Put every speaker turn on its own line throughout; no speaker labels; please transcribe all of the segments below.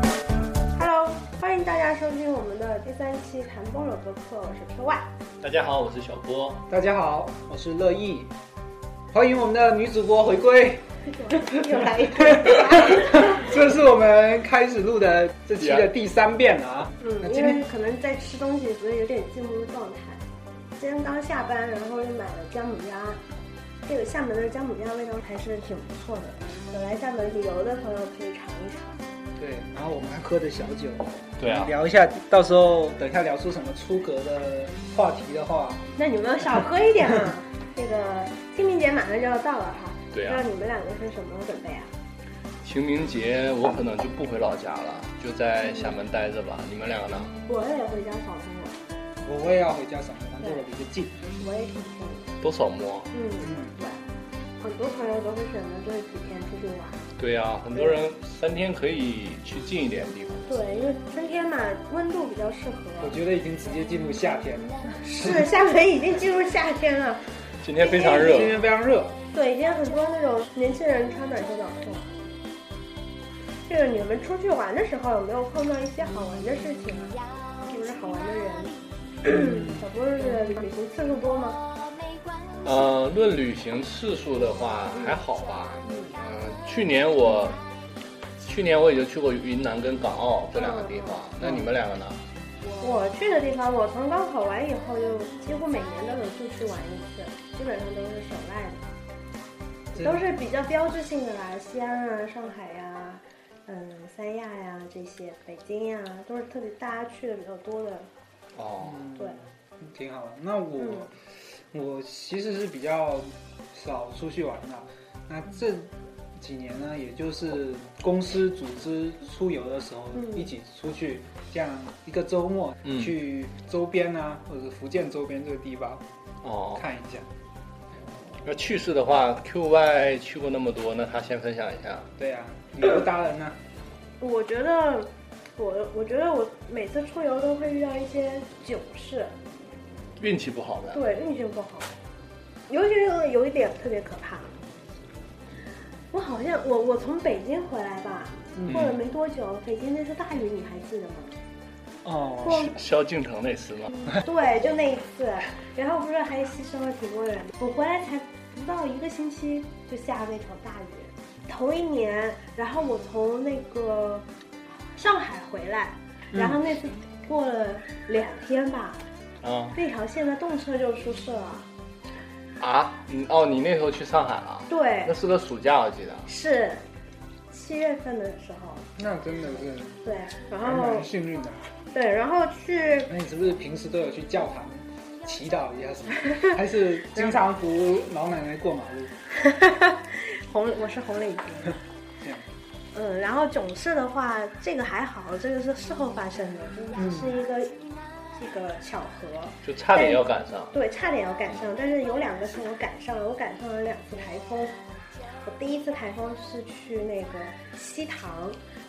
好，大家好，我是乐意，欢迎我们的女主播回归，
又来一个。
这是我们开始录的这期的
Yeah
第三遍了啊。那
嗯，因
今天
为可能在吃东西，所以有点进入状态。今天刚下班，然后又买了姜母鸭。这个厦门的姜母鸭味道还是挺不错的，有来厦门旅游的朋友可以尝一 尝。
对，然后我们还喝着小酒，
对啊，
聊一下，到时候等一下聊出什么出格的话题的话，
那你们少喝一点啊！这个清明节马上就要到了哈，
对
不
啊
知道你们两个是什么准备啊？
清明节我可能就不回老家了，就在厦门待着吧。你们两个呢？
我也回家扫墓，
我我也要回家扫墓，反正我离得近。
我也挺近的。
都扫墓？
嗯，
嗯，
对，很多朋友都会选择这几天出去玩。
对啊呀、很多人三天可以去近一点的地方。
对，因为春天嘛，温度比较适合
我。觉得已经直接进入夏天了，
是，厦门已经进入夏天了。
今天非常热
今，天非常热，
对，今天很多那种年轻人穿短袖短裤。这个你们出去玩的时候有没有碰到一些好玩的事情啊？或者是好玩的人？小波是旅行次数多吗？
呃，论旅行次数的话还好吧。嗯、去年我，去年我也就去过云南跟港澳这两个地方。那你们两个呢？
我去的地方，我从高考完以后就几乎每年都有出去玩一次，基本上都是省外的。
真的
都是比较标志性的啦，西安啊、上海呀、嗯、三亚呀、这些，北京呀、都是特别大家去的比较多的。
哦，
对，
嗯
嗯
挺好的。那我、我其实是比较少出去玩的，那这几年呢，也就是公司组织出游的时候、
嗯
一起出去，这样一个周末、
嗯
去周边啊，或者是福建周边这个地方
哦，
看一下。
那去世的话，QY 去过那么多，那他先分享一下。
对啊，旅游达人呢、
我觉得我我觉得我每次出游都会遇到一些囧事，
运气不好的，
对运气不好，尤其是有一点特别可怕。我好像我我从北京回来吧，
嗯
过了没多久，北京那次大雨你还记得吗？
哦，
过
萧敬腾那次吗？
对，就那一次，然后不是还牺牲了挺多人。我回来才不到一个星期，就下了那场大雨。头一年，然后我从那个上海回来，然后那次过了两天吧，
啊
那条线的动车就出事了。
啊，你哦，你那时候去上海了？
对
那，是个暑假，我记得。
是七月份的时候，
那真的是
对，然
还
后
蛮幸运的。啊
对，然后去
那你是不是平时都有去教堂祈祷一下 什么？还是经常扶老奶奶过马路？
红，我是红领巾。
这样，
嗯，然后囧事的话，这个还好，这个是事后发生的，就是是
嗯
一个、这个巧合。
就差点要赶上。
对，差点要赶上，但是有两个是我赶上了，我赶上了两次台风。我第一次台风是去那个西塘，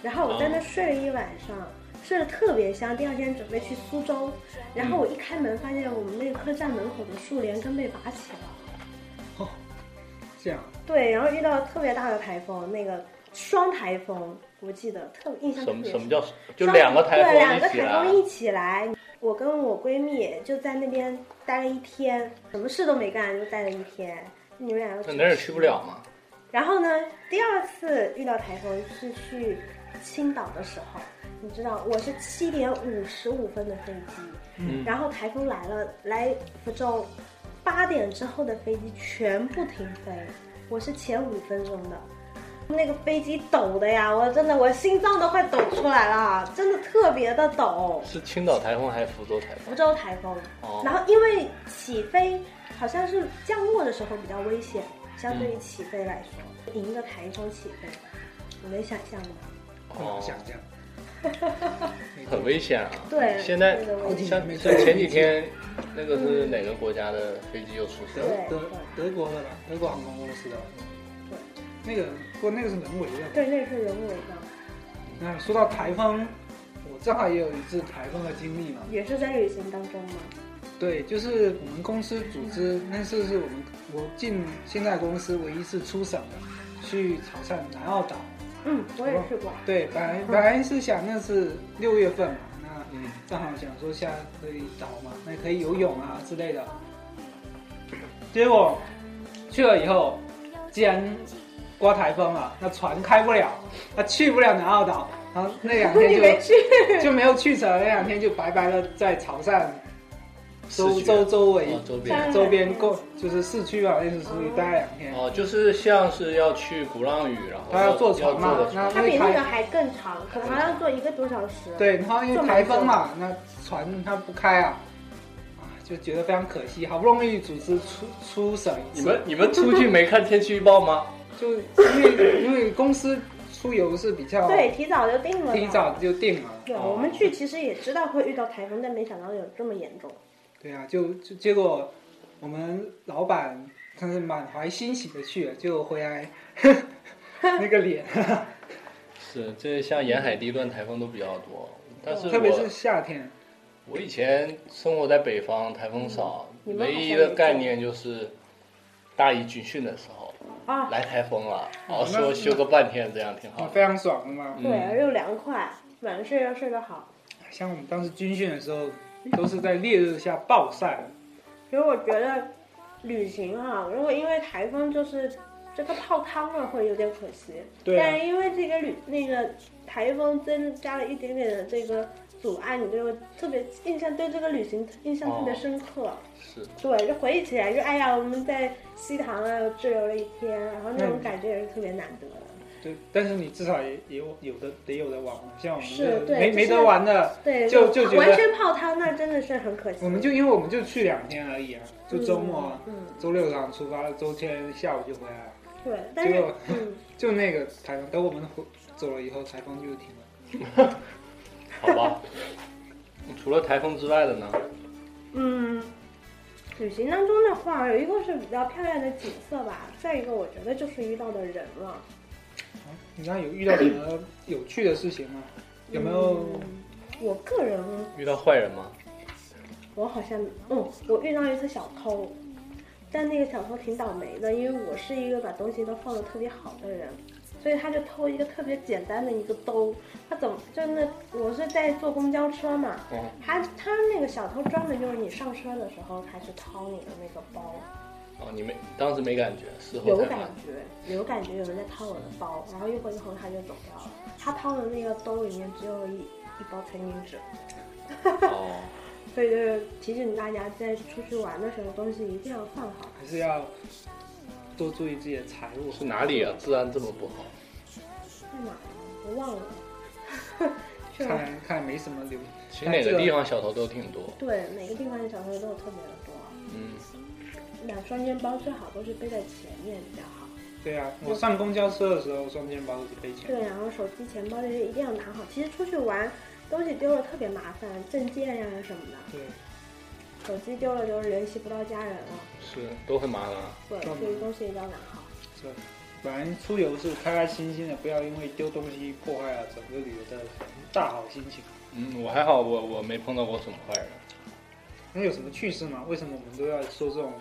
然后我在那睡了一晚上，睡得特别香。第二天准备去苏州，然后我一开门发现我们那个客栈门口的树连根被拔起了。
这样，
对，然后遇到特别大的台风，那个双台风，我记得特印象特
什么
别
什
深。
么叫就
双
两个台
对，两个
风一起
台
来？
风一起来。我跟我闺蜜就在那边待了一天，什么事都没干，就待了一天。你们两个
那哪儿也去不了嘛。
然后呢，第二次遇到台风是去青岛的时候，你知道我是七点五十五分的飞机，
嗯
然后台风来了，来福州，八点之后的飞机全部停飞，我是前五分钟的。那个飞机抖的呀，我真的我心脏都快抖出来了，啊真的特别的抖。
是青岛台风还是福州台
福
风？
州台风，
哦
然后因为起飞好像是降落的时候比较危险，相对于起飞来说，迎着台风起飞，你能想象吗？
不能想
哦，
象。
很危险啊。
对，
现在
这个
好
危
几
险。
像像前几天那个是哪个国家的飞机又出事
德
了？
德德国的吧，德国航空公司的。
对，
那个不过那个是人为的。
对，那是人为的，
那说到台风，我正好也有一次台风的经历嘛。
也是在旅行当中嘛。
对，就是我们公司组织那次是我们我进现在公司唯一次出省的，去潮汕南澳岛。
嗯，我也去过。
对，本来本来是想那是六月份嘛，那
嗯，
正好想说下可以找嘛，那可以游泳啊之类的。结果去了以后，既然刮台风了，那船开不了，那去不了南澳岛，然后那两
你
天
没去，
就就没有去成，那两天就白白的在潮汕周
市区
周周围
哦周边
周边够，就是市区吧，类似属于待两天。
哦，就是像是要去鼓浪屿，然后
他要坐船
要
嘛
坐的船
那
它比那个还更长，可能还要坐一个多小时。，
对，然后因
坐
为
缆
台风嘛，那船它不开啊，啊，就觉得非常可惜。好不容易组织出出省一
你
次，
们你们出去没看天气预报吗？
就因为因为公司出游是比较
对，提早就定了。
提。早就定了，
对，
哦
我们去其实也知道会遇到台风，但没想到有这么严重。
对啊，就就结果我们老板他是满怀欣喜的去了，结果回来 那个脸，
是，这像沿海地段台风都比较多，但是
特别
我
是夏天，
我以前生活在北方，台风少，
嗯你们好
唯
像
一
也
的
这
概
样
念就是大一军训的时候
啊，
来台风了，然后
那
说休个半天，这样挺好的。
啊非常爽的嘛。
嗯
啊对，又凉快，晚上睡觉睡得好。
像我们当时军训的时候，都是在烈日下暴晒，
所以我觉得旅行哈、如果因为台风就是这个泡汤了，会有点可惜。
对啊
但是因为这个旅那个台风增加了一点点的这个阻碍，你就特别印象对这个旅行印象特别深刻。
哦
是
对，就回忆起来就哎呀，我们在西塘啊滞留了一天，然后那种
嗯
感觉也是特别难得的。
对，但是你至少也也有有的得有的玩嘛，像我们
是
这
对
没
就
没
是
得玩的，
对，
就就觉得
完全泡汤，那真的是很可惜。
我们就因为我们就去两天而已啊，就周末啊，
嗯，
周六早上出发了，周天下午就回来了，
嗯对，但是
结果
嗯，
就那个台风，等我们回走了以后，台风就停了。
好吧。除了台风之外的呢？
嗯，旅行当中的话，有一个是比较漂亮的景色吧，再一个我觉得就是遇到的人了。
嗯你那有遇到什么有趣的事情吗？有没有？
嗯我个人，
遇到坏人吗？
我好像，嗯，我遇到一次小偷，但那个小偷挺倒霉的，因为我是一个把东西都放的特别好的人，所以他就偷一个特别简单的一个兜。他怎么真的？我是在坐公交车嘛，
嗯，
他他那个小偷专门就是你上车的时候，他去掏你的那个包。
哦，你没当时没感觉，事后
有
才
感
发现
觉，有感觉有人在掏我的包，然后一会儿一会儿他就走掉了。他掏的那个兜里面只有一一包餐巾纸，
哦，
所以就是提醒大家在出去玩的时候，东西一定要放好。
还是要多注意自己的财务。
是哪里啊？治安这么不好？
在哪儿啊？我忘了。 去
看
了
来看来没什么留。
其实哪个地方小偷都挺多。
对每个地方的小偷都有特别的多，
嗯，
两双肩包最好都是背在前面比较好。
对啊，
嗯
我上公交车的时候，双肩包都是背起来。
对，然后手机、钱包这些一定要拿好。其实出去玩，东西丢了特别麻烦，证件呀、什么的，
对，
手机丢了就是联系不到家人了。
是都很麻烦。
对，
干嘛
所以东西一定要拿好。
是吧。反正出游是开开心心的，不要因为丢东西破坏了整个旅游的大好心情。
嗯，我还好，我我没碰到过什么坏人。
那有什么趣事吗？为什么我们都要说这种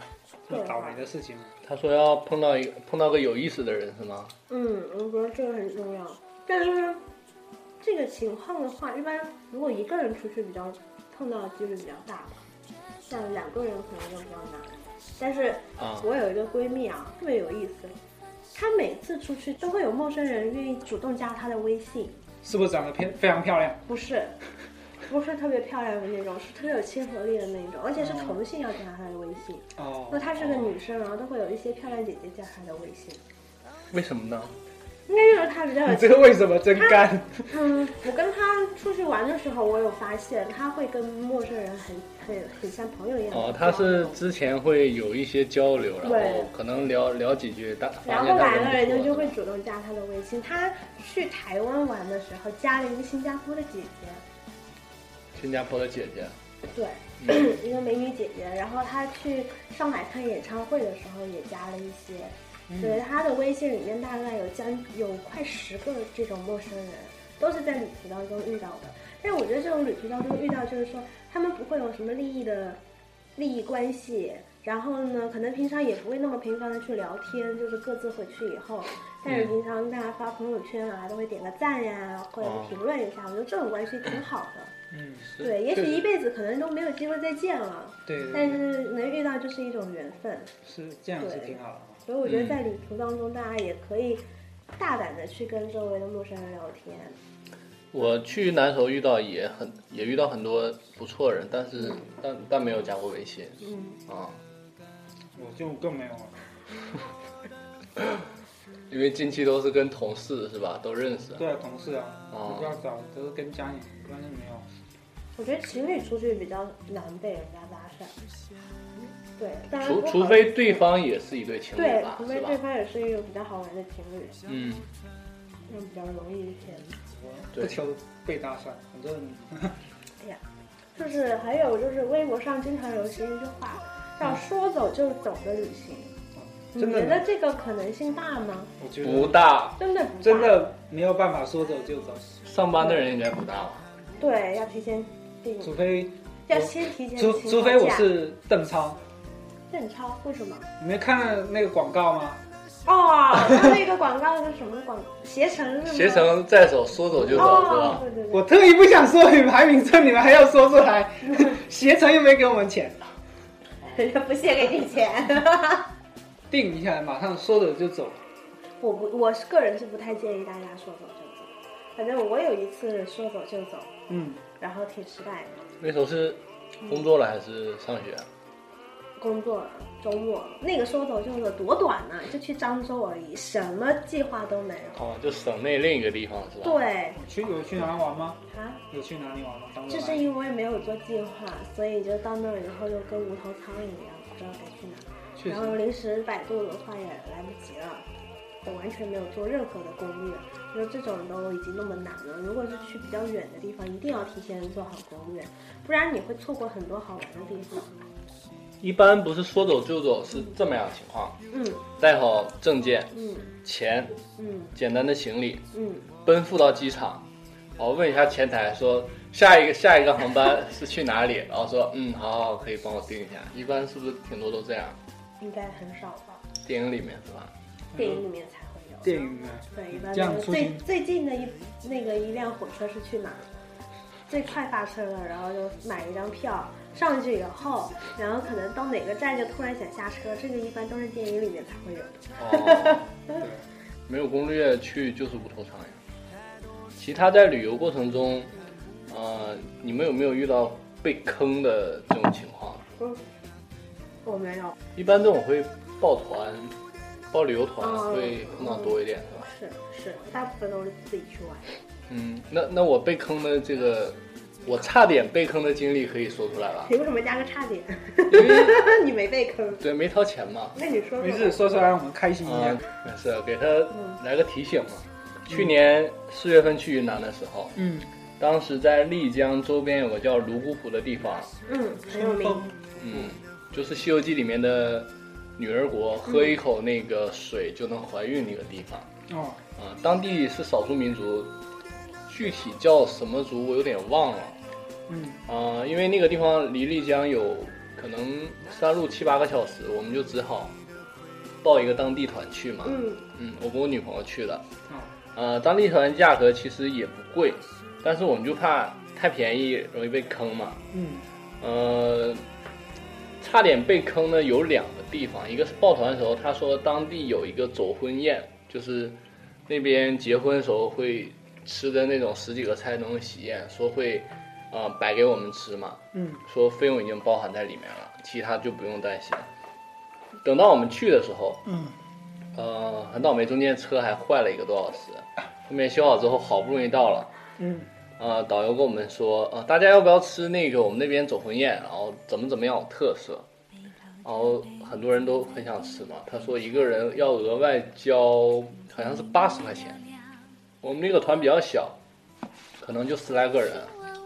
这么倒霉的事情啊呢？
他说要碰到一个碰到个有意思的人是吗？
嗯，我觉得这个很重要。但是这个情况的话，一般如果一个人出去比较碰到的几率比较大吧，像两个人可能就比较难。但是
啊，
我有一个闺蜜啊，特别有意思，她每次出去都会有陌生人愿意主动加她的微信，
是不是长得漂非常漂亮？
不是。不是特别漂亮的那种，是特别有亲和力的那种，而且是同性要加她的微信。那
哦，
她是个女生，然后都会有一些漂亮姐姐加她的微信，
为什么呢？
应该就是她比较有
你这个为什么真干？
嗯，我跟他出去玩的时候，我有发现他会跟陌生人很很很像朋友一样。
哦，他是之前会有一些交流，然
对
后可能聊聊几句，但
然
发
后
现他
来了，人家
不错
就会主动加他的微信。他去台湾玩的时候，加了一个新加坡的姐姐，
新加坡的姐嗯姐，
对，嗯一个美女姐姐。然后他去上海看演唱会的时候，也加了一些。对，他的微信里面大概有将有快十个这种陌生人，都是在旅途当中遇到的。但我觉得这种旅途当中遇到，就是说他们不会有什么利益的利益关系，然后呢，可能平常也不会那么频繁的去聊天，就是各自回去以后，但是平哦常大家发朋友圈啊，都会点个赞呀、或者是评论一下，我觉得这种关系挺好的。
嗯，
对，也许一辈子可能都没有机会再见了，
对，对
但是能遇到就是一种缘分。
是这样是挺好的啊。
所以我觉得在旅途当中，大家也可以大胆的去跟周围的陌生人聊天。
我去南头遇到也很也遇到很多不错人，但是但但没有加过微信
嗯，
啊，
我就更没有了。
因为近期都是跟同事是吧，都认识。
对啊，同事啊，
哦
我比较早都是跟家里，关系没有。
我觉得情侣出去比较难被人家搭讪。对，当然
除
不好
除非对方也是一对情侣
对，
吧，
除
是
非对
吧？
方也是一个比较好玩的情侣，
嗯，
那样比较容易一些。
我
对
不求被搭讪，反正
哎呀，就是还有就是微博上经常流行一句话，叫“说走就走的旅行”。你
真的
觉得这个可能性大吗？
我觉
不
得
大，
真的不大
真的没有办法说走就走，
上班的人应该不大吧？
对，要提前定，
除非
要先提前
除
请
除非我
假
是邓超，
邓超，为什么？
你没看那个广告吗？
哦， 他那个广告是什么广？携程是吗？
携程在手，说走就走是
哦
吧？，
对对对，
我特意不想说品牌名称，你们还要说出来，携程又没给我们钱，
人家不屑给你钱。
定一下，马上说走就走。
我不，我是个人是不太建议大家说走就走。反正我有一次说走就走，
嗯，
然后挺失败的。
那时候是工作了还是上学？啊
工作了，周末那个说走就走多短呢、就去漳州而已，什么计划都没有。
哦，就省内另一个地方是吧？
对
有去有去哪玩吗？
啊，
有去哪里玩吗？当时
就是因为没有做计划，所以就到那儿以后就跟无头苍蝇一样，不知道该去哪。
确
然
实
后临时百度的话也来不及了，我完全没有做任何的攻略。就这种都已经那么难了，如果是去比较远的地方，一定要提前做好攻略，不然你会错过很多好玩的地方。
一般不是说走就走，是这么样的情况：
嗯
带好证件、
嗯
钱、
嗯
简单的行李，
嗯，
奔赴到机场。我问一下前台说下一个下一个航班是去哪里，然后说嗯好好可以帮我订一下。一般是不是挺多都这样？
应该很少吧？
电影里面是吧？
电影里面才会有。
嗯电影呢？
对，一般
嗯这样
都是
出
最
行
最近的一那个一辆火车是去哪？最快发车了，然后就买一张票上去以后，然后可能到哪个站就突然想下车，这个一般都是电影里面才会有的。
哦，
对，
没有攻略去就是无头苍蝇。其他在旅游过程中，呃，你们有没有遇到被坑的这种情况？
嗯，我没有，
一般这种会报团、报旅游团
哦
会碰到多一点，是吧？
是是，大部分都是自己去玩。
嗯，那那我被坑的这个，我差点被坑的经历可以说出来吧？
你为什么加个差点？
因为
你没被坑？
对没掏钱嘛，
那你说
没
说吧。
事，
嗯
说出来我们开心一下
嗯。，没事，给他来个提醒嘛。去年四月份去云南的时候，
嗯，
当时在丽江周边有个叫泸沽湖的地方，
嗯，很有名。
嗯，就是《西游记》里面的女儿国，喝一口那个水就能怀孕那个地方。
哦，
啊、当地是少数民族，具体叫什么族我有点忘了。
嗯，
啊、因为那个地方离丽江有可能山路七八个小时，我们就只好报一个当地团去嘛。
嗯
嗯，我跟我女朋友去的。
哦，
呃，当地团价格其实也不贵，但是我们就怕太便宜容易被坑嘛。
嗯，
呃，差点被坑的有两个地方，一个是抱团的时候，他说当地有一个走婚宴，就是那边结婚的时候会吃的那种十几个菜那种喜宴，说会呃摆给我们吃嘛，
嗯，
说费用已经包含在里面了，其他就不用担心。等到我们去的时候，
嗯，
呃，很倒霉，中间车还坏了一个多小时，后面修好之后好不容易到了。
嗯，
呃，导游跟我们说，呃，大家要不要吃那个我们那边走婚宴，然后怎么怎么样有特色，然后很多人都很想吃嘛。他说一个人要额外交，好像是八十块钱。我们那个团比较小，可能就十来个人，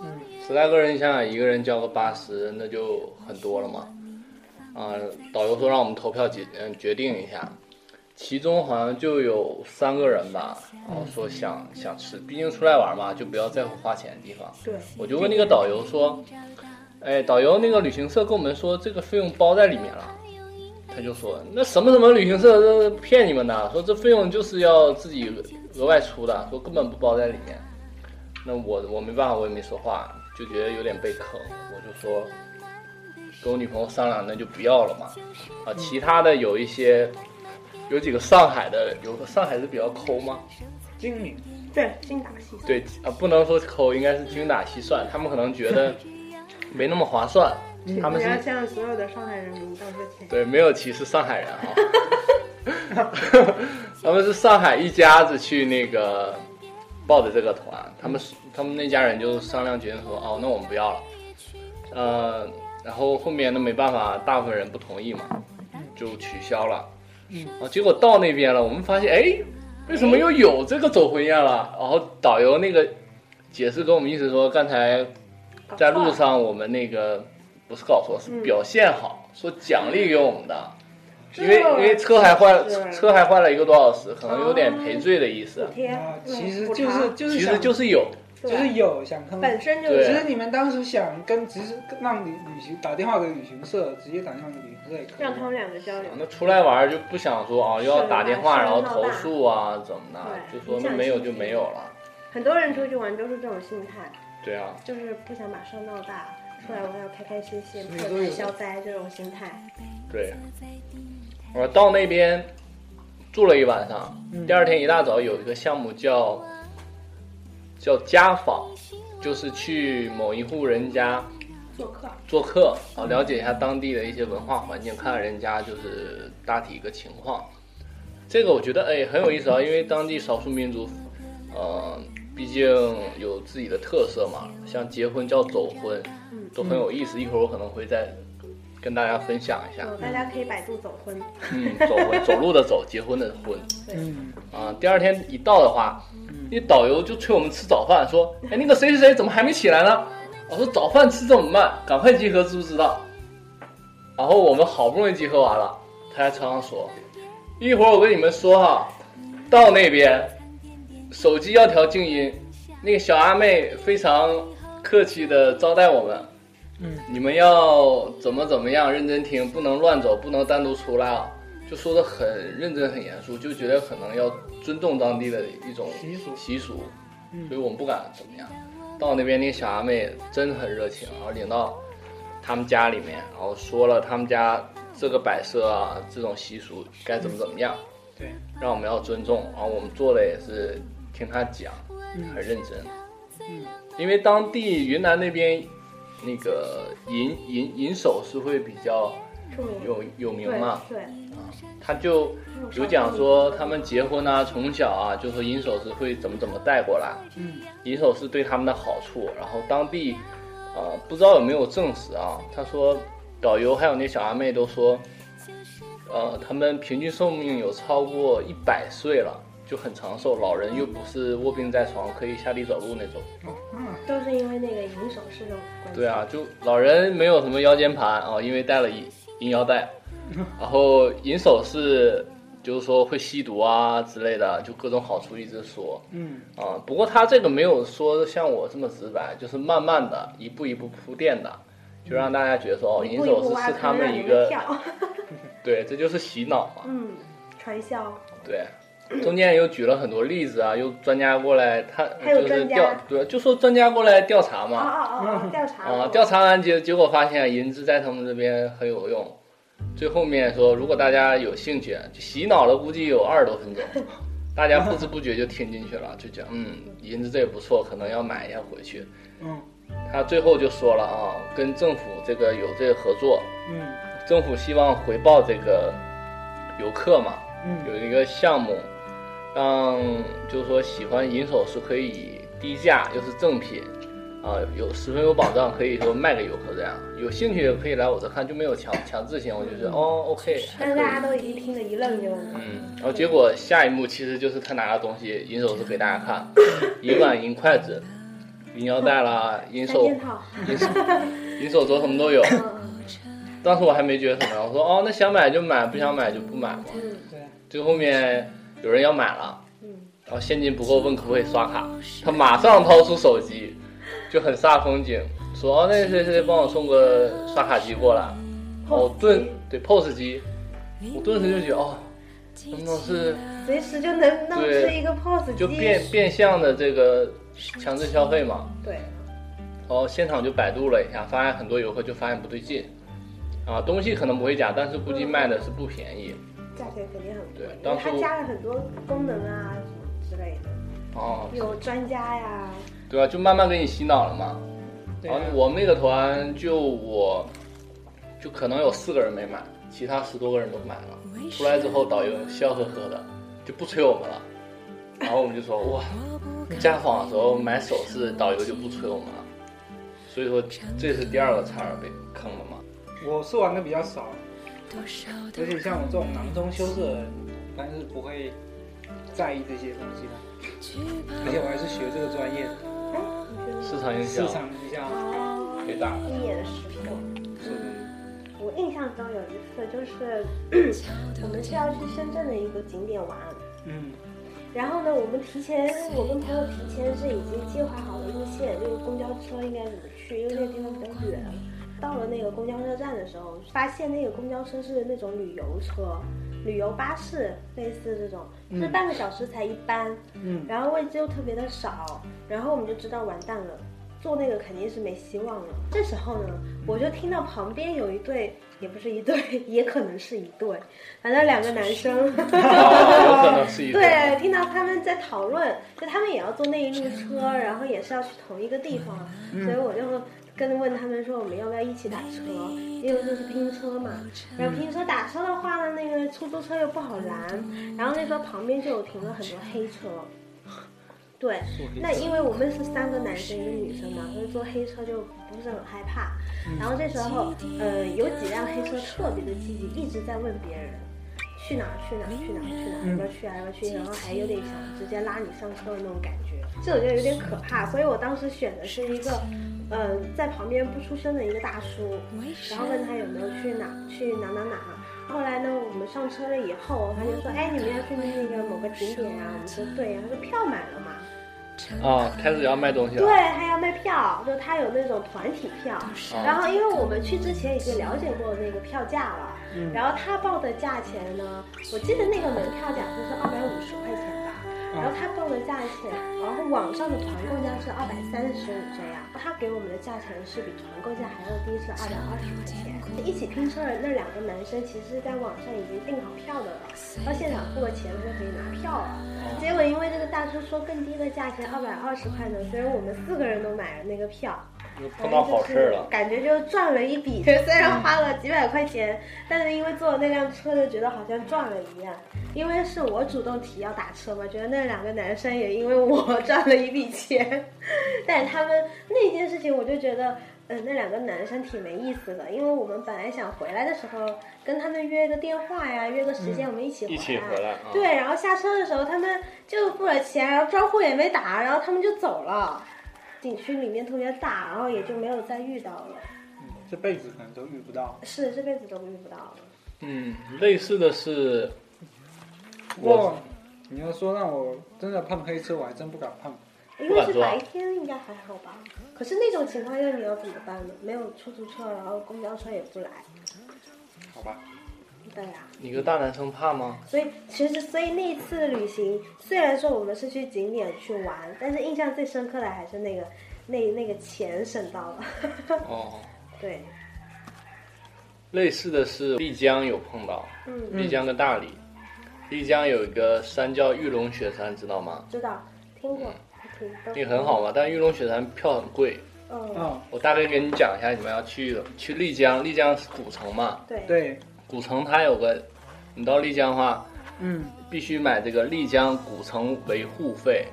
嗯，
十来个人，你想想一个人交个八十，那就很多了嘛。啊、导游说让我们投票决嗯决定一下，其中好像就有三个人吧，然后说想想吃，毕竟出来玩嘛，就不要在乎花钱的地方。
对，
我就问那个导游说，哎，导游，那个旅行社跟我们说这个费用包在里面了。他就说那什么什么旅行社这骗你们的，说这费用就是要自己额外出的，说根本不包在里面。那我我没办法，我也没说话。就觉得有点被坑，我就说跟我女朋友商量，那就不要了嘛。啊，其他的有一些，有几个上海的，有个上海是比较抠吗？
精明，
对，精打细算。
对啊，不能说抠，应该是精打细算。他们可能觉得没那么划算，他们
你要
是
向所有的上海人民道个歉。
对没有歧视上海人哈、 他们是上海一家子去那个报的这个团，他们是他们那家人就商量决定说，哦，那我们不要了。呃，然后后面那没办法，大部分人不同意嘛，就取消了。
嗯，
啊，结果到那边了，我们发现，哎，为什么又有这个走婚宴了？然后导游那个解释跟我们意思说，刚才在路上我们那个不是搞错，是表现好，说奖励给我们的，因为
这
因为车还坏
是
了，车还坏了一个多小时，可能有点赔罪的意思
补。贴
啊，，其
嗯
实
补
就
偿
是就是
其
想
实就是有，
就
对
是有想坑，
本身就
对
只
是
是你们当时想跟直接让旅旅行打电话给旅行社，直接打电话给旅行社也可以。
让他们两个交流。
那出来玩儿就不想说啊，又要
是
打电话
是
然后
闹
投
大
诉啊怎么的，
对
就说
影
那
响
没有
心
就
情
没有了。
很多人出去玩都是这种心态，
对啊，
就是不想把事儿闹大，出来玩要开开心心，
所以
破
都有
财消灾这种心态。
对。我到那边住了一晚上，
嗯
第二天一大早有一个项目叫叫家访，就是去某一户人家
做客，
做客啊，了解一下当地的一些文化环境，看看人家就是大体一个情况。这个我觉得哎很有意思啊，因为当地少数民族，呃，毕竟有自己的特色嘛，像结婚叫走婚，都很有意思。一会儿我可能会再跟大家分享一下，
嗯，大家可以百度走婚，
嗯，走婚走路的走，结婚的婚。
嗯，
啊，第二天一到的话，那导游就催我们吃早饭，说：“哎，那个谁谁谁怎么还没起来呢？”我说：“早饭吃这么慢，赶快集合，知不知道？”然后我们好不容易集合完了，他在车上说：“一会儿我跟你们说哈，到那边手机要调静音。”那个小阿妹非常客气的招待我们，
嗯，
你们要怎么怎么样认真听，不能乱走，不能单独出来啊。就说的很认真、很严肃，就觉得可能要尊重当地的一种
习俗
习俗，
嗯
所以我们不敢怎么样。到那边那个小阿妹真很热情，然后领到他们家里面，然后说了他们家这个摆设啊，这种习俗该怎么怎么样，
对，
让我们要尊重。然后我们做的也是听她讲，很认真。
嗯，
因为当地云南那边那个银银银首是会比较
出名。
有有名
对
嘛，
对，
他就有讲说他们结婚啊，从小啊，就说银首饰会怎么怎么带过来，
嗯，
银首饰对他们的好处，然后当地，呃，不知道有没有证实啊，他说导游还有那小阿妹都说，呃，他们平均寿命有超过一百岁了，就很长寿，老人又不是卧病在床，可以下地走路那种。
哦，那
都是因为那个银首饰的关系。
对啊，就老人没有什么腰间盘啊，因为带了银银腰带，然后银首饰就是说会吸毒啊之类的，就各种好处一直说
嗯
啊。不过他这个没有说像我这么直白，就是慢慢的一步一步铺垫的，就让大家觉得说哦，
一
银
步一
首
步
饰
挖
是
坑
他
让
们
你
一个
跳
对，这就是洗脑嘛。
嗯，传 销。
对，中间又举了很多例子啊，又专家过来，他
还有
就是
专家
调对，就说专家过来调查
哦
嘛。
哦哦，调 查
啊，调查完结结果发现银子在他们这边很有用。最后面说，如果大家有兴趣，啊就洗脑了，估计有二十多分钟，大家不知不觉就听进去了，就讲嗯，银子这也不错，可能要买一下回去。
嗯
他最后就说了啊，跟政府这个有这个合作，
嗯
政府希望回报这个游客嘛，有
嗯
一个项目，让就是说喜欢银首饰可以低价又是正品，啊、有十分有保障，可以说卖给游客这样，有兴趣的可以来我这看，就没有强强制性，我就是哦 OK 还
但是
可
大家
以。
都已经听得一愣一愣的。
嗯，然后结果下一幕其实就是他拿了东西，银首饰给大家看，银碗、银筷子、银腰带啦、银
三
手
件套，
银手镯什么都有。
嗯
当时我还没觉得什么，我说哦，那想买就买，不想买就不买嘛。
嗯
对，
最后面有人要买了，
嗯，
然后现金不够，问可不可以刷卡，他马上掏出手机，就很煞风景，说哦，那谁谁谁帮我送个刷卡机过来，然后我顿哦对 POS 机，我顿时就觉得哦，能不能是
随时就能弄
对
出一个 POS 机，
就变变相的这个强制消费嘛？
对，
然后现场就百度了一下，发现很多游客就发现不对劲，啊，东西可能不会假，但是估计卖的是不便宜。
价钱肯定很贵，
对
因
当
为
时
它
我
加了很多功能啊什么之类的，
哦，
有专家呀，
对啊，就慢慢给你洗脑了嘛。
对
然后
啊
我们那个团就我，就可能有四个人没买，其他十多个人都买了。出来之后，导游笑呵呵的，就不催我们了。然后我们就说哇，加幌的时候买首饰，导游就不催我们了。所以说这是第二个差点被坑了嘛。
我是玩的比较少，
多少的
而且像我这种囊中羞涩的人，但是不会在意这些东西的。
惧怕
而且我还是学这个专业的，
哎，你
市
是
场营销
市，场营销，啊
哦，
回答
一眼识破。
说真
我印象中有一次，就是 我们是要去深圳的一个景点玩，
的，嗯，
然后呢，我们提前，我跟朋友提前是已经计划好了路线，那个公交车应该怎么去，因为那个地方比较远。到了那个公交车站的时候，发现那个公交车是那种旅游车、旅游巴士，类似这种，就是半个小时才一班，
嗯
然后位置又特别的少，然后我们就知道完蛋了，坐那个肯定是没希望了。这时候呢，我就听到旁边有一对，也不是一对，也可能是一对，反正两个男生。
哦有可能是一种
对，听到他们在讨论，就他们也要坐那一路车，然后也是要去同一个地方，所以我就跟问他们说我们要不要一起打车，因为就是拼车嘛。然后拼车打车的话呢，那个出租车又不好拦，然后那时候旁边就有停了很多黑车。 对，那因为我们是三个男生一个女生嘛，所以坐黑车就不是很害怕。然后这时候，呃，有几辆黑车特别的积极，一直在问别人去哪儿去哪儿去哪儿去哪儿，要不要去啊要不要去，然后还有点想直接拉你上车的那种感觉，这我觉得有点可怕。所以我当时选的是一个，呃，在旁边不出声的一个大叔，然后问他有没有去哪去哪哪哪。后来呢，我们上车了以后，他就说：“哎，你们要去那个某个景点啊？”我们说：“对呀。”他说：“票买了吗？”
啊，开始要卖东西
对，
了。
还要卖票，就他有那种团体票。
啊
然后，因为我们去之前已经了解过那个票价了，
嗯
然后他报的价钱呢，我记得那个门票价格是二百五十块钱吧，然后他报的价钱，然后网上的团购价是二百三十五这样，他给我们的价钱是比团购价还要低，是二百二十块钱。一起拼车的那两个男生其实在网上已经订好票的了，到现场付了钱就可以拿票了。结果因为这个大叔说更低的价钱二百二十块呢，所以我们四个人都买了那个票。
又碰到好事儿了。
感觉就赚了一笔。 虽然花了几百块钱，但是因为坐那辆车就觉得好像赚了一样，因为是我主动提要打车嘛，觉得那两个男生也因为我 赚了一笔钱，但是他们那件事情我就觉得。嗯，那两个男生挺没意思的，因为我们本来想回来的时候跟他们约个电话呀，约个时间，我们一起回来。
嗯一起回来啊
对，然后下车的时候他们就付了钱，然后招呼也没打，然后他们就走了。景区里面特别大，然后也就没有再遇到了。
这辈子可能都遇不到。
是这辈子都遇不到了。
嗯，类似的是，
不
我
过你要说让我真的碰黑车，我还真不敢碰。
因为是白天，应该还好吧？可是那种情况下你要怎么办呢？没有出租车，然后公交车也不来，
好吧，
对呀、
你个大男生怕吗？
所以其实，所以那一次旅行，虽然说我们是去景点去玩，但是印象最深刻的还是那个那那个钱省到了。
哦，
对，
类似的是丽江有碰到，
嗯，
丽江跟大理，丽江有一个山叫玉龙雪山，知道吗？
知道，听过，挺都
那个很好玩，但玉龙雪山票很贵。
嗯，
嗯，
我大概给你讲一下，你们要去去丽江，丽江是古城嘛，
对，
对，
古城它有个，你到丽江的话，
嗯，
必须买这个丽江古城维护费，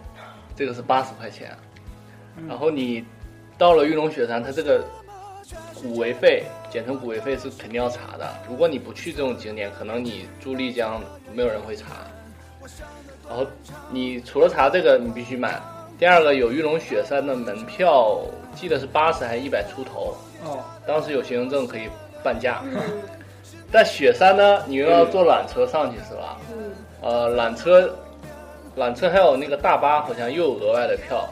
这个是八十块钱。然后你到了玉龙雪山，它这个古维费，简称古维费是肯定要查的。如果你不去这种景点，可能你住丽江没有人会查。然后你除了查这个，你必须买。第二个有玉龙雪山的门票，记得是八十还是一百出头，
哦，
当时有学生证可以半价。
嗯
但雪山呢，你又要坐缆车上去是吧？
嗯，
呃，缆车，缆车还有那个大巴好像又有额外的票，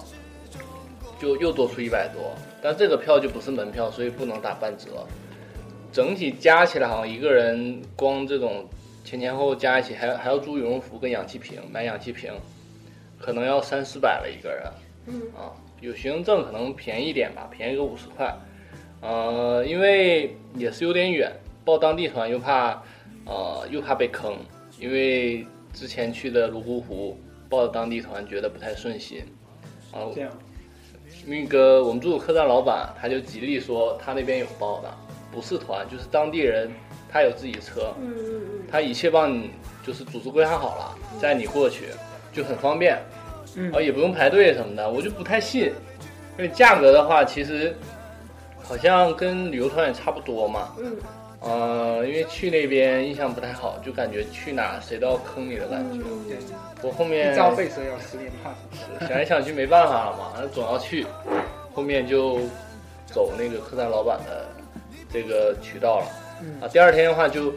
就又多出一百多，但这个票就不是门票，所以不能打半折。整体加起来好像一个人光这种前前后后加一起，还要还要租羽绒服跟氧气瓶，买氧气瓶，可能要三四百了一个人。
嗯
啊，有许能证可能便宜一点吧，便宜个五十块。呃，因为也是有点远，报当地团又怕，呃，又怕被坑，因为之前去的泸沽湖报的当地团觉得不太顺心，啊、
这样，
那个我们住客栈老板他就极力说他那边有包的，不是团就是当地人，他有自己车，
嗯嗯
他一切帮你就是组织规划好了，载你过去就很方便，
嗯
然后也不用排队什么的，我就不太信，因为价格的话其实好像跟旅游团也差不多嘛，
嗯嗯，
呃，因为去那边印象不太好，就感觉去哪谁都要坑你的感觉，
对，
我后面
嗯一朝被蛇咬，十年怕井绳。
想来想去没办法了嘛，那总要去，后面就走那个客栈老板的这个渠道了。
嗯
啊，第二天的话就，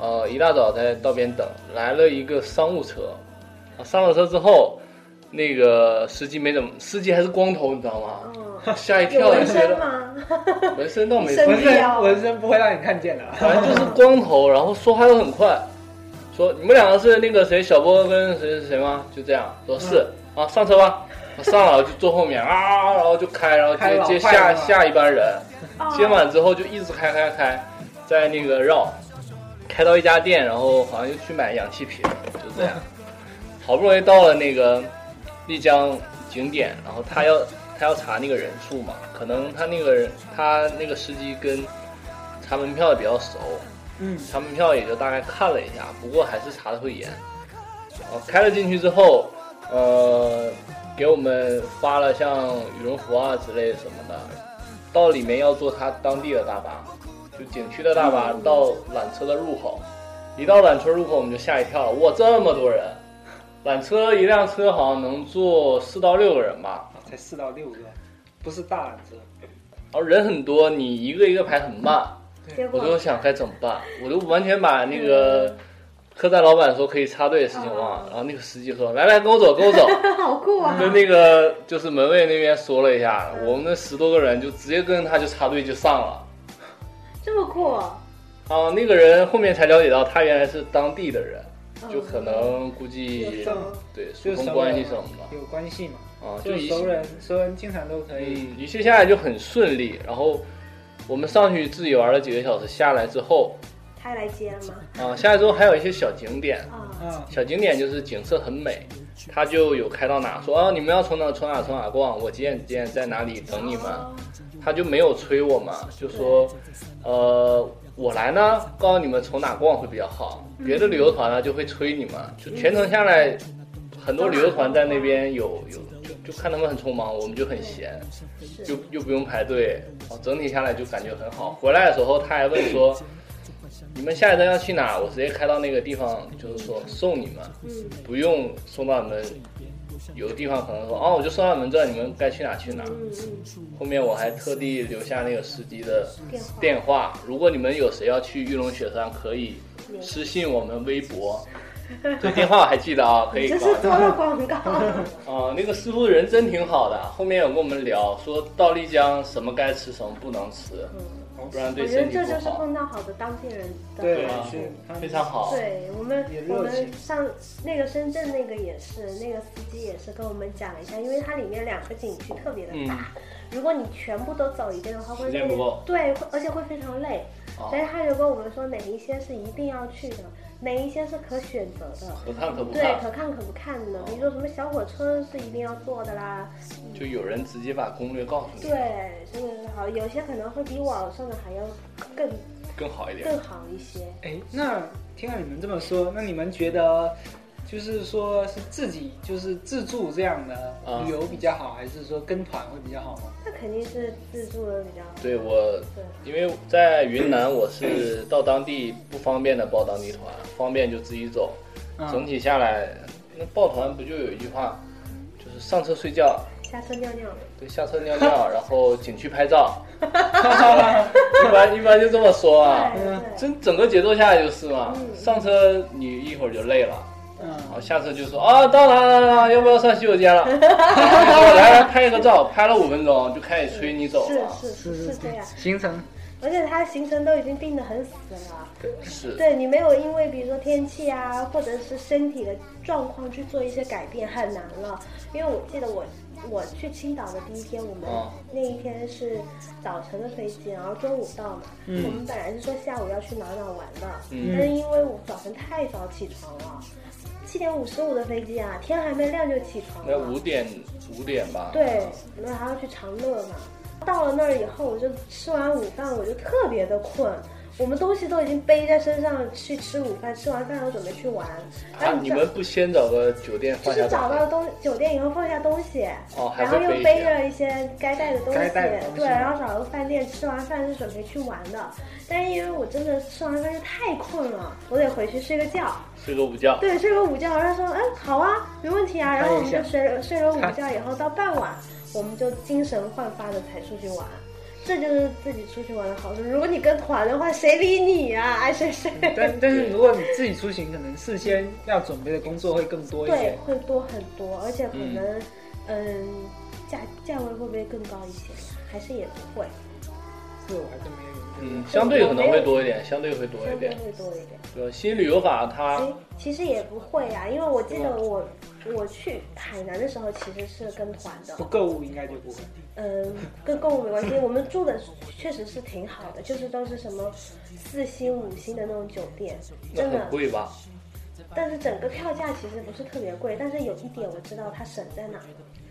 呃，一大早在道边等，来了一个商务车，啊，上了车之后，那个司机没怎么，司机还是光头，你知道吗？
哦，
吓一
有
跳，
纹
就觉
身
得
吗？
纹身倒没
身
纹
纹身，
身纹身不会让你看见的。
反正就是光头，然后说话又很快，说你们两个是那个谁小波跟谁谁谁吗？就这样说是、
嗯
啊，上车吧，我上了就坐后面啊，然后就开，然后
开
接
老
接
快
下
了
下一班人，
哦
接满之后就一直开开开，在那个绕，开到一家店，然后好像又去买氧气瓶，就这样，好不容易到了那个丽江景点，然后他要他要查那个人数嘛，可能他那个人他那个司机跟查门票的比较熟，
嗯，
查门票也就大概看了一下，不过还是查的会严。哦，开了进去之后，呃，给我们发了像羽绒服啊之类什么的，到里面要坐他当地的大巴，就景区的大巴到缆车的入口。一到缆车入口，我们就吓一跳了，哇，这么多人！缆车一辆车好像能坐四到六个人吧，
哦才四到六个，不是大缆车。
然后人很多，你一个一个排很慢。
结果
我就想该怎么办，我就完全把那个客栈老板说可以插队的事情忘
嗯
了。然后那个司机说：“来来，跟我走，跟我 走。
好酷”啊！
跟那个就是门卫那边说了一下，我们那十多个人就直接跟他就插队就上了。
这么酷，
啊，那个人后面才了解到，他原来是当地的人，
嗯
就可能估
有
计
什么
对疏
就
通
熟
关系
人
什么的
有关系嘛？
啊，就
就
一
熟人，熟人经常都可以。
嗯，一切下来就很顺利。然后我们上去自己玩了几个小时，下来之后
他来接吗？
啊，下来之后还有一些小景点。
啊，
啊，
小景点就是景色很美，他就有开到哪说啊，你们要从哪从哪从哪逛，我几点几点在哪里等 你们，
哦
他就没有催我们，就说，呃，我来呢，告诉你们从哪逛会比较好。别的旅游团呢就会催你们，就全程下来，很多旅游团在那边有有就就看他们很匆忙，我们就很闲，又又不用排队，哦整体下来就感觉很好。回来的时候他还问说。你们下一站要去哪？我直接开到那个地方，就是说送你们，
嗯
不用送到你们。有的地方可能说，哦，我就送到你们这儿，你们该去哪去哪。
嗯嗯，
后面我还特地留下那个司机的
电话
电话，如果你们有谁要去玉龙雪山，可以私信我们微博。这电话我还记得啊，可以
这
挂。
是做了广 告，
啊、那个师傅人真挺好的，后面有跟我们聊，说到丽江什么该吃，什么不能吃，不然
嗯我
对
觉
身
得
体
这就是
不好。
碰到好的当地人的
对
好
啊
处。
是他们
非常好。
对我们
也，热
我
情
们上那个深圳那个也是，那个司机也是跟我们讲了一下，因为它里面两个景区特别的
嗯
大，如果你全部都走一遍的话，会
时间不够
对，会而且会非常累。
哦
所以他就跟我们说哪一些是一定要去的，哪一些是可选择的，
可看可不
对，
看，
可看可不看的。比如说什么小火车是一定要坐的啦，
就有人直接把攻略告诉你，
对，这个好，有些可能会比网上的还要更
更好一点。
更好一些。
哎，那听到你们这么说，那你们觉得，就是说是自己就是自助这样的
啊
旅游比较好，还是说跟团会比较好呢？啊
那肯定是自助的比较好。
对我，
对
因为在云南我是到当地不方便的报当地团，方便就自己走。整
嗯，
体下来，那抱团不就有一句话，就是上车睡觉，
下车尿尿。
对，下车尿尿， 然后景区拍照， 一般一般就这么说啊。
对对，
真整个节奏下来就是嘛，
嗯
上车你一会儿就累了，然后
嗯，
下车就说啊到了到了，要不要上洗手间了？ 来来拍个照，拍了五分钟就开始催你走
是
了。
是是是这样。
行程
而且它行程都已经定得很死了，
对是，
对你没有因为比如说天气啊，或者是身体的状况去做一些改变，很难了。因为我记得我我去青岛的第一天，我们
哦
那一天是早晨的飞机，然后中午到嘛。
嗯
我们本来是说下午要去哪哪玩的，但是因为我早晨太早起床了，七点五十五的飞机啊，天还没亮就起床
那
了。
五点五点吧，
对，那还要去长乐嘛。到了那儿以后，我就吃完午饭，我就特别的困。我们东西都已经背在身上去吃午饭，吃完饭要准备去玩。然
啊，
后
你
知道
们不先找个酒店
就
放下
是
脚
找到东酒店以后放下东西，
哦还
然
会
后又
背一
背
些
着一些该带的东西，
该带的东西
对，然后找个饭店吃完饭是准备去玩的。但是因为我真的吃完饭是太困了，我得回去睡个觉。
睡个午觉，
对，睡个午觉，然后说，哎，好啊，没问题啊。然后我们就睡了睡了午觉以后，到傍晚我们就精神焕发的才出去玩。这就是自己出去玩的好处。如果你跟团的话，谁理你呀、啊？爱谁谁。
但但是如果你自己出行，可能事先要准备的工作会更多一
对
些，。
会多很多，而且可能，嗯，价价位会不会更高一些？还是也不会，
这我还真没有研究
嗯，
过。
相对可能会多一点，相对会多一
相对哎
点。啊
会多一点。
对，新旅游法它
其其实也不会呀、因为我记
是吧
得我我去海南的时候其实是跟团的，
不购物应该就不会。
嗯，跟购物没关系。我们住的 确实是挺好的，就是都是什么四星、五星的那种酒店，
那
真的
很。贵吧？
但是整个票价其实不是特别贵，但是有一点我知道它省在哪，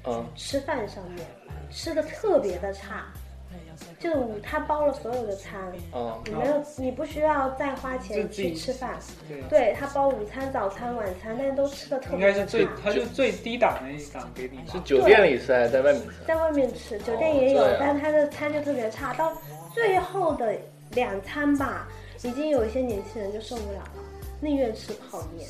嗯，
吃饭上面吃的特别的差，就是我他包了所有的餐，
嗯
你没有你不需要再花
就
钱
哦自己
去吃饭，
对，啊
对他包午餐、早餐、晚餐，但是都吃的特
应该
别
是
的
最
差。，
它就最低档的一档给你。
是酒店里吃还是在外面吃？
在外面吃，酒
哦
店也有，
这样
但他的餐就特别差。到最后的两餐吧，已经有一些年轻人就受不了了，宁愿吃泡面。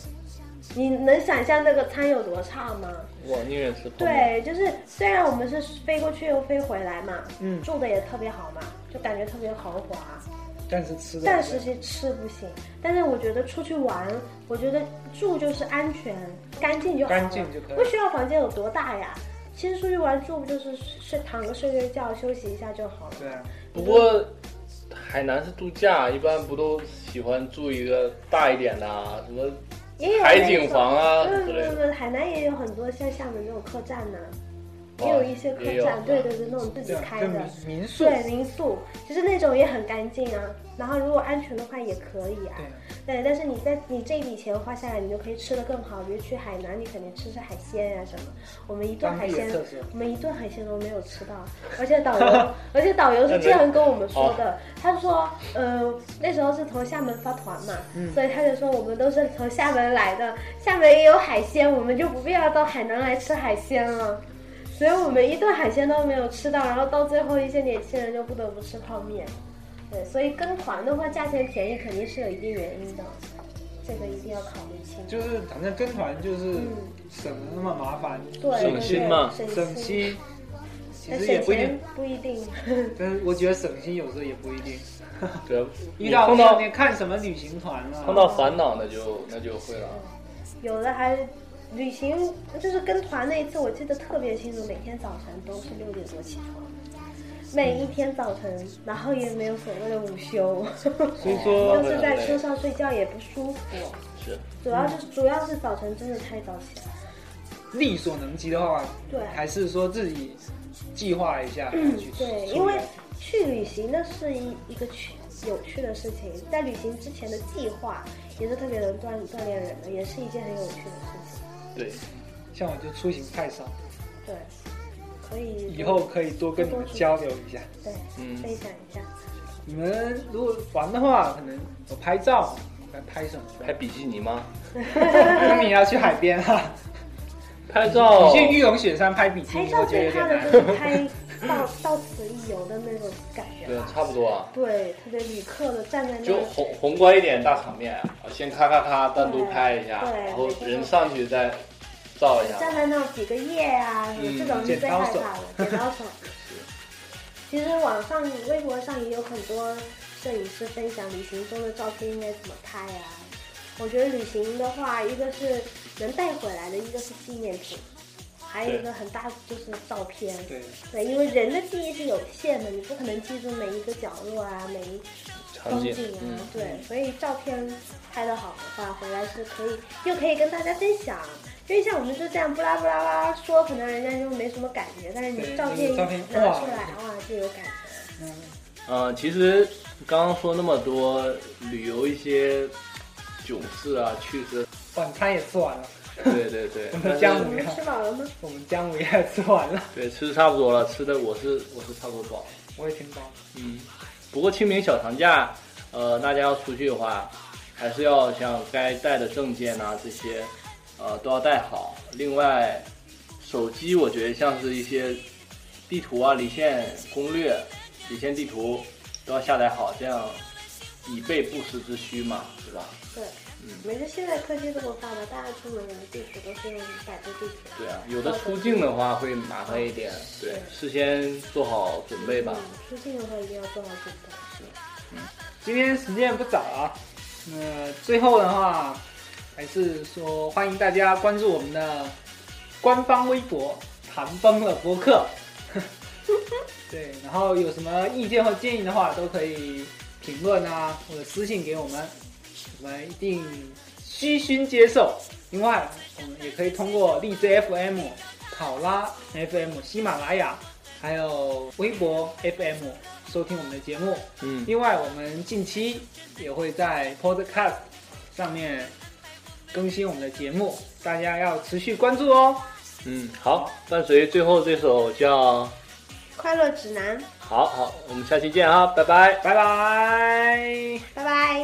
你能想象那个餐有多差吗？
我宁愿吃泡面。
对，就是虽然我们是飞过去又飞回来嘛，
嗯
住的也特别好嘛，就感觉特别豪华，
但是吃的，
但是其实吃不行。但是我觉得出去玩，我觉得住就是安全、干净就好了，
干净就可以
不需要房间有多大呀。其实出去玩住不就是睡躺着睡睡觉休息一下就好了。
对啊，
不过海南是度假，一般不都喜欢住一个大一点的啊，什么
也有嗯
海
那
景
种
房啊
对
之
对
类
对
的。
对，海南也有很多像厦门这种客栈呢、
哦
嗯也有一些客
也有啊
栈，对对对，那种自己
对啊，
开
就
的。
民民宿，
对，民宿就是那种也很干净啊。然后如果安全的话也可以啊。
对，
对，但是你在你这笔钱花下来，你就可以吃的更好。比如去海南，你肯定吃吃海鲜呀、什么。我们一顿
当
海
地的
鲜
特色，
我们一顿海鲜都没有吃到，而且导 游，而且导游是这样跟我们说
哦
的，他说，呃，那时候是从厦门发团嘛，
嗯
所以他就说我们都是从厦门来的，厦门也有海鲜，我们就不必要到海南来吃海鲜了。所以我们一顿海鲜都没有吃到，然后到最后一些年轻人就不得不吃泡面。对，所以跟团的话，价钱便宜肯定是有一定原因的，这个一定要考虑清楚。
就是反正跟团就是
嗯
省了那么麻烦，
对，
省心嘛
对对
省
省心，
心。其
但
实也
省
不一
钱
定，
不一定。
但是我觉得省心有时候也不一 定。
对，
遇
你
到
碰到
你看什么旅行团啊了、
碰到烦恼那就那就会了。啊
有的还旅行，就是跟团那一次，我记得特别清楚，每天早晨都是六点多起床，每一天早晨，然后也没有所谓的午休，
所以
哦
说
就是在车上睡觉也不舒服，
是，
主要就是主要是早晨真的太早起来，
力所能及的话，
对嗯
还是说自己计划一下去出
对，因为去旅行那是一一个去有趣的事情，在旅行之前的计划也是特别能锻锻炼人的，也是一件很有趣的事情，
对，
像我就出行太少，
对，所以
以后可以多跟你们交流一下。
对
嗯
分享一下。
你们如果玩的话，可能我拍照，来拍什么？
拍比基尼吗？
那你要去海边啊，
拍照
你去玉龙雪山拍比基
拍
尼，
照
我觉得
最
有点
怕的
难。
就是 拍到到此一游的那种感觉
对，
吧。
差不多啊。
对，特别旅客的站在那
就
儿，
宏宏观一点，大场面啊，先咔咔咔单独拍一下，
对
然后人上去再照一下。
站在那儿几个夜啊，什
嗯
么这种是最害怕的，剪刀 手。其实网上、微博上也有很多摄影师分享旅行中的照片应该怎么拍啊。我觉得旅行的话，一个是能带回来的，一个是纪念品。还有一个很大就是照片，
对，
对，因为人的记忆是有限的，你不可能记住每一个角落啊，每一
场
风
景
景，啊，
嗯，
对，所以照片拍得好的话，回来是可以又可以跟大家分享。因为像我们就这样布拉布拉拉说，可能人家就没什么感觉，但是你
对
照
那个
片一
照片
拿
哇
出来，哇，就有感觉。
嗯，
呃，其实刚刚说那么多旅游一些囧事啊、趣事，
晚餐哦也吃完了，
对对对，
我们
但是
家
你
嗯
们吃饱了吗？
我们姜母鸭也吃完了，
对吃的差不多了，吃的我是我是差不多饱了。
我也挺饱。
嗯，不过清明小长假，呃，大家要出去的话，还是要像该带的证件啊这些，呃，都要带好。另外，手机我觉得像是一些地图啊、离线攻略、离线地图都要下载好，这样以备不时之需嘛，对吧？
对，
嗯
没事。现在科技这么发达，大家出门玩地图都是用百度地图。
对啊，有的出境的话会麻烦一点，对，事先做好准备吧
嗯。，出境的话一定要做好准备。
今天时间不早啊，那最后的话，还是说欢迎大家关注我们的官方微博“谈崩了播客” 。对，然后有什么意见或建议的话，都可以评论啊，或者私信给我们，我们一定虚心接受。另外，我们也可以通过荔枝 FM、考拉 FM、喜马拉雅，还有微博 FM 收听我们的节目。
嗯，
另外，我们近期也会在 Podcast 上面更新我们的节目，大家要持续关注哦。
嗯，好，伴随最后这首叫。
快乐指南，
好好，我们下期见啊，拜拜。
拜拜。
拜拜。